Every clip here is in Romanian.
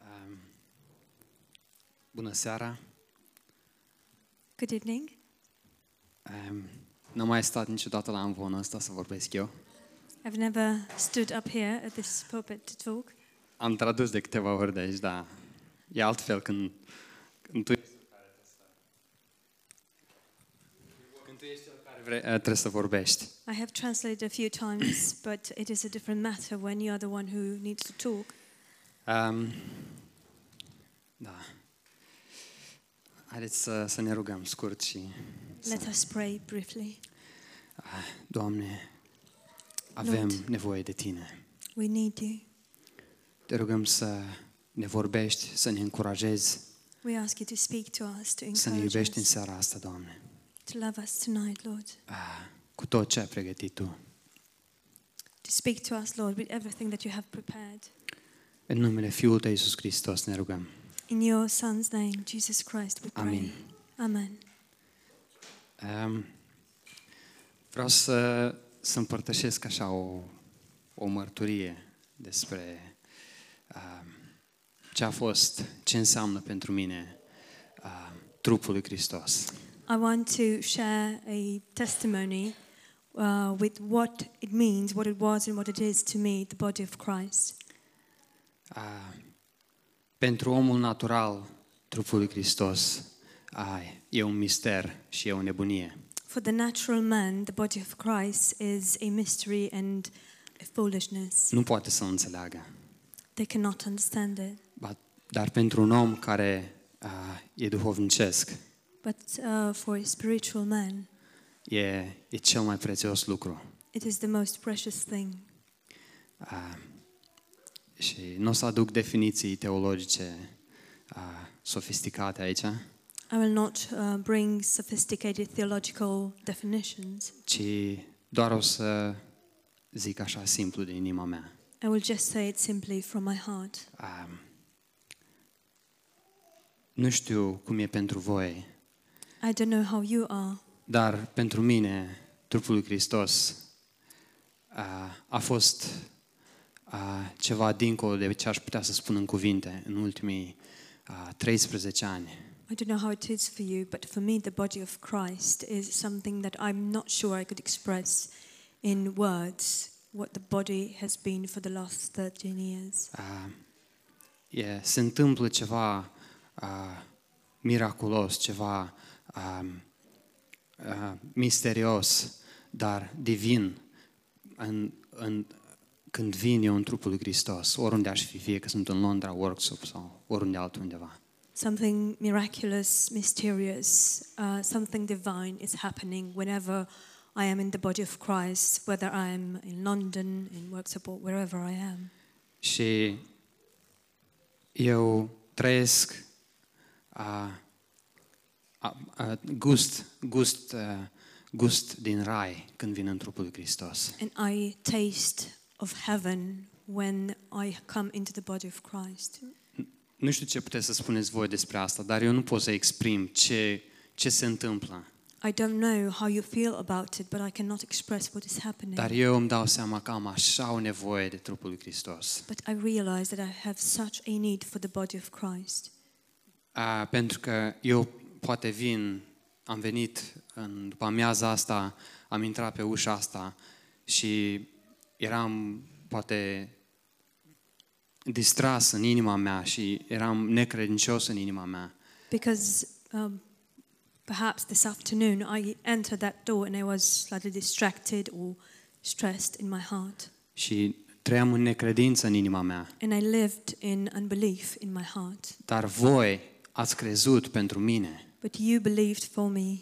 Ehm, Bună seara! Good evening. Um, N-am mai stat niciodată la amvonul ăsta să vorbesc eu. I've never stood up here at this pulpit to talk. Am tradus de câteva ori de aici, dar e altfel când, când tu ești cel care trebuie să- când tu ești cel care vrei, trebuie să vorbești. I have translated a few times, but it is a different matter when you are the one who needs to talk. Um, da. Haideți să, să ne rugăm scurt și... Să, Let us pray briefly. Doamne, avem Lord. nevoie de Tine. We need you. Te rugăm să ne vorbești, să ne încurajezi, We ask you to speak to us, to să ne encourage iubești în us, seara asta, Doamne. to love us tonight, Lord. Ah, cu tot ce ai pregătit Tu. To speak to us, Lord, with everything that you have prepared. În numele Fiului Tău, Iisus Hristos, ne rugăm. In your Son's name, Jesus Christ, we pray. Amin. Amen. Um, vreau să, să împărtășesc așa o, o mărturie despre um, ce a fost, ce înseamnă pentru mine uh, trupul lui Hristos. I want to share a testimony uh, with what it means, what it was, and what it is to me, the body of Christ. Uh, pentru omul natural, trupul lui Hristos uh, e un mister și e o nebunie. For the natural man, the body of Christ is a mystery and a foolishness. Nu poate să înțeleagă. They cannot understand it. Ba- Dar pentru un om care uh, e duhovnicesc, But uh, for a spiritual man, e, e cel mai prețios lucru. it is the most precious thing. A, și nu o să aduc definiții teologice a, sofisticate aici, I will not uh, bring sophisticated theological definitions. ci doar o să zic așa simplu din inima mea. I will just say it simply from my heart. A, nu știu cum e pentru voi, I don't know how you are, dar pentru mine trupul lui Hristos a, a fost a, ceva dincolo de ce aș putea să spun în cuvinte în ultimii a, 13 ani. I don't know how it is for you, but for me, the body of Christ is something that I'm not sure I could express in words what the body has been for the last 13 years. A, e, se întâmplă ceva a, miraculos, ceva a, a, misterios, dar divin în, în, când vin eu în trupul lui Hristos, oriunde aș fi, fie că sunt în Londra, workshop sau oriunde altundeva. Something miraculous, mysterious, uh, something divine is happening whenever I am in the body of Christ, whether I am in London, in workshop, or wherever I am. Și eu trăiesc a, a, a, gust, gust, a, gust din rai când vin în trupul lui Hristos. And I taste of heaven when I come into the body of Christ. Nu știu ce puteți să spuneți voi despre asta, dar eu nu pot să exprim ce, ce se întâmplă. I don't know how you feel about it, but I cannot express what is happening. Dar eu îmi dau seama că am așa o nevoie de trupul lui Hristos. But I realize that I have such a need for the body of Christ. A, pentru că eu poate vin, am venit în, după amiaza asta, am intrat pe ușa asta și eram poate distras în inima mea și eram necredincios în inima mea. Because um, perhaps this afternoon I entered that door and I was slightly distracted or stressed in my heart. Și trăiam în necredință în inima mea. And I lived in unbelief in my heart. Dar voi ați crezut pentru mine. But you believed for me,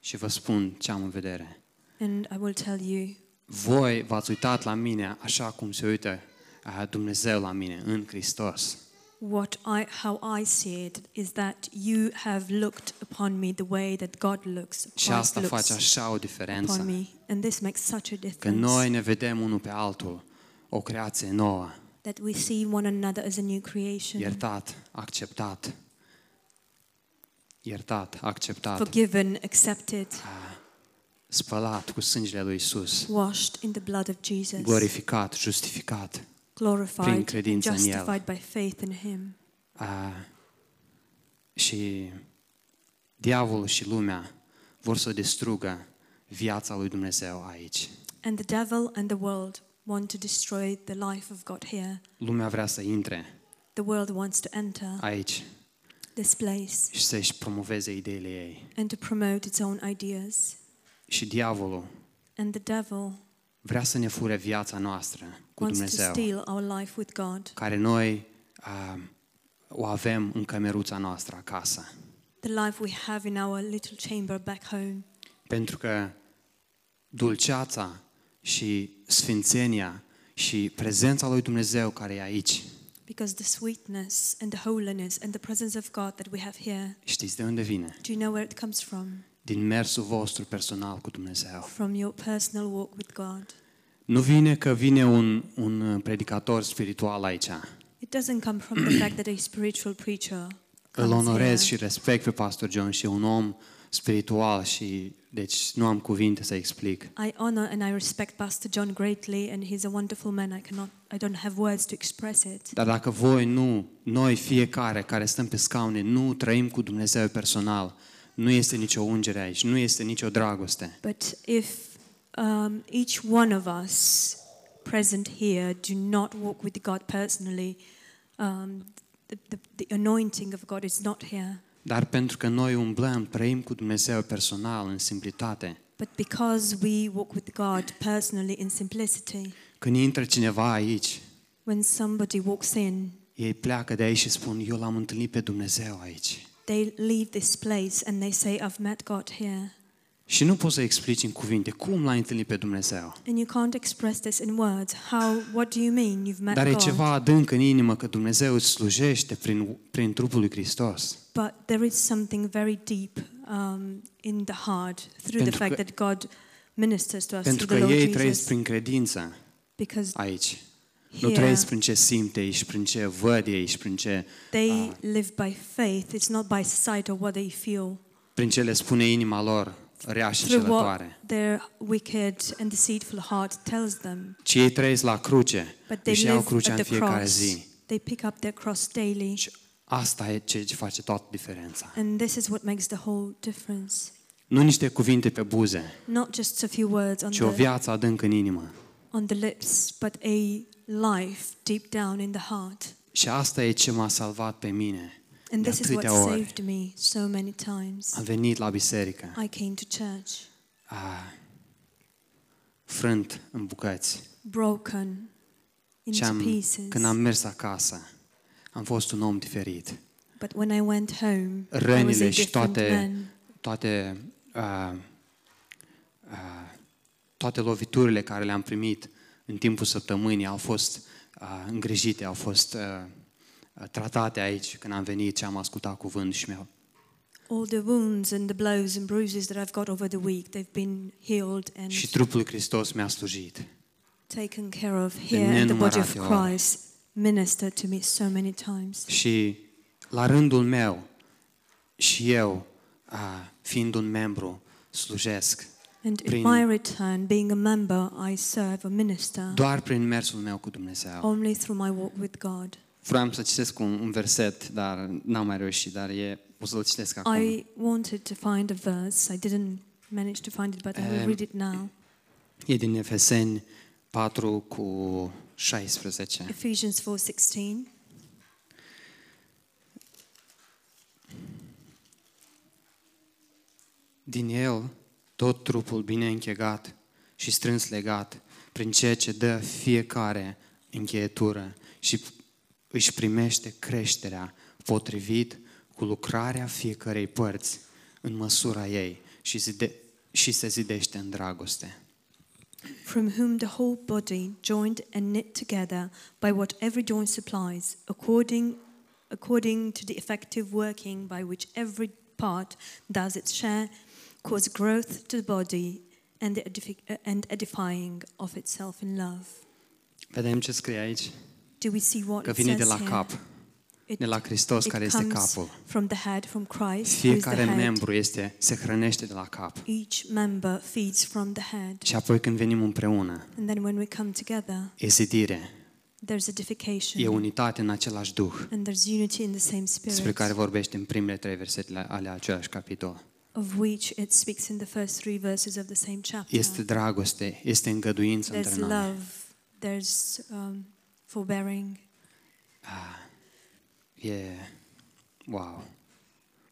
Și vă spun ce am în vedere. and I will tell you, Voi v-ați uitat la mine așa cum se uită a, Dumnezeu la mine, în Hristos. What I, how I see it is that you have looked upon me the way that God looks, Și asta Christ face looks așa o upon diferență. me, and this makes such a Că difference. noi ne vedem unul pe altul, o creație nouă, that we see one another as a new creation, iertat, acceptat. Iertat, acceptat, forgiven, accepted, spălat cu sângele lui Isus, washed in the blood of Jesus, glorificat, justificat. glorified, prin credința în El. justified by faith in Him. A, Și diavolul și lumea vor să distrugă viața lui Dumnezeu aici. And the devil and the world want to destroy the life of God here. Lumea vrea să intre The world wants to enter aici this place și să-și promoveze ideile ei. and to promote its own ideas. Și diavolul And the devil vrea să ne fure viața noastră cu wants to Dumnezeu, steal our life with God, care noi uh, o avem în cămeruța noastră acasă. the life we have in our little chamber back home. Pentru că dulceața și sfințenia și prezența lui Dumnezeu care e aici, Because the sweetness and the holiness and the presence of God that we have here, știți de unde vine? do you know where it comes from? Din mersul vostru personal cu Dumnezeu. From your personal walk with God. Nu vine că vine un, un predicator spiritual aici. It doesn't come from the fact that a spiritual preacher Îl comes onorez și here. respect pe Pastor John și e un om spiritual și deci nu am cuvinte să explic. I honor and I respect Pastor John greatly, and he's a wonderful man. I cannot, I don't have words to express it. Dar dacă voi nu, noi fiecare care stăm pe scaune, nu trăim cu Dumnezeu personal, nu este nicio ungere aici, nu este nicio dragoste. But if um, each one of us present here do not walk with God personally, um, the, the, the anointing of God is not here. Dar pentru că noi umblăm, trăim cu Dumnezeu personal, în simplitate, But because we walk with God personally in simplicity, când intră cineva aici, when somebody walks in, ei pleacă de aici și spun, eu l-am întâlnit pe Dumnezeu aici. they leave this place and they say, I've met God here. Și nu poți să explici în cuvinte cum l-ai întâlnit pe Dumnezeu. And you can't express this in words. How, what do you mean you've met Dar e God? ceva adânc în inimă că Dumnezeu îți slujește prin, prin trupul lui Hristos. But there is something very deep um, in the heart through the Pentru fact că- that God ministers to us Pentru through că the Lord ei trăiesc Jesus. prin credință Because aici. Nu here trăiesc prin ce simt ei și prin ce văd ei și prin ce, they live by faith. It's not by sight or what they feel. prin ce le spune inima lor rea și Through what celătoare. their wicked and deceitful heart tells them. Ci ei trăiesc la cruce But they și iau live crucea at în the fiecare cross. zi. They pick up their cross daily. Și asta e ce ce face toată diferența. And this is what makes the whole difference. Nu niște cuvinte pe buze, Not just a few words on ci o the viață adânc în inimă. on the lips, but a life deep down in the heart. Și asta e ce m-a salvat pe mine. And De this is what atâtea ori saved me so many times. am venit la biserică. I came to church a, frânt în bucăți. broken Și into am, pieces. când am mers acasă, am fost un om diferit. But when I went home, I was Rănile a și different toate, man. toate, a, a, toate loviturile care le-am primit în timpul săptămânii au fost a, îngrijite, au fost a, a, tratate aici când am venit și am ascultat cuvânt și mi-au All the wounds and the blows and bruises that I've got over the week, they've been healed and și trupul lui Hristos mi-a slujit. taken care of here. And the body of Christ ministered to me so many times. Și la rândul meu și eu, a, fiind un membru, slujesc And in Prin- my return, being a member, I serve a minister. doar prin mersul meu cu Dumnezeu. only through my walk with God. Vreau să citesc un, un verset, dar n-am mai reușit, dar e, o să-l citesc acum. I wanted to find a verse. I didn't manage to find it, but I will Um, read it now. E din Efeseni 4 cu 16. Ephesians 4:16. Din el, tot trupul bine închegat și strâns legat, prin ceea ce dă fiecare încheietură și își primește creșterea potrivit cu lucrarea fiecărei părți în măsura ei și, zide- și se zidește în dragoste. From whom the whole body, joined and knit together by what every joint supplies, according according to the effective working by which every part does its share, cause growth to the body and the edifi- uh, and edifying of itself in love. Vedem ce scrie aici? Do we see what Că it vine de says la here? cap, It de la Hristos It care este comes capul. From the head, from Christ, who is the Fiecare head. membru este, se hrănește de la cap. Each member feeds from the head. Și apoi când venim împreună, And then when we come together, e zidire, There's E edification unitate în același Duh, and there's unity in the same despre care spirit, vorbește în primele trei versete ale același capitol. of which it speaks in the first three verses of the same chapter. Este dragoste, este îngăduință There's între noi. love, there's um, forbearing. E wow.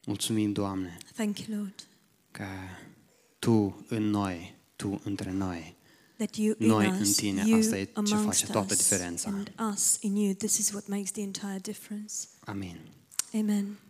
Mulțumim, Doamne, Thank you, Lord, că tu în noi, tu între noi. that you in Noi în us, tine, you asta e ce face amongst toată us, diferența. and us in you. This is what makes the entire difference. Amin. Amen.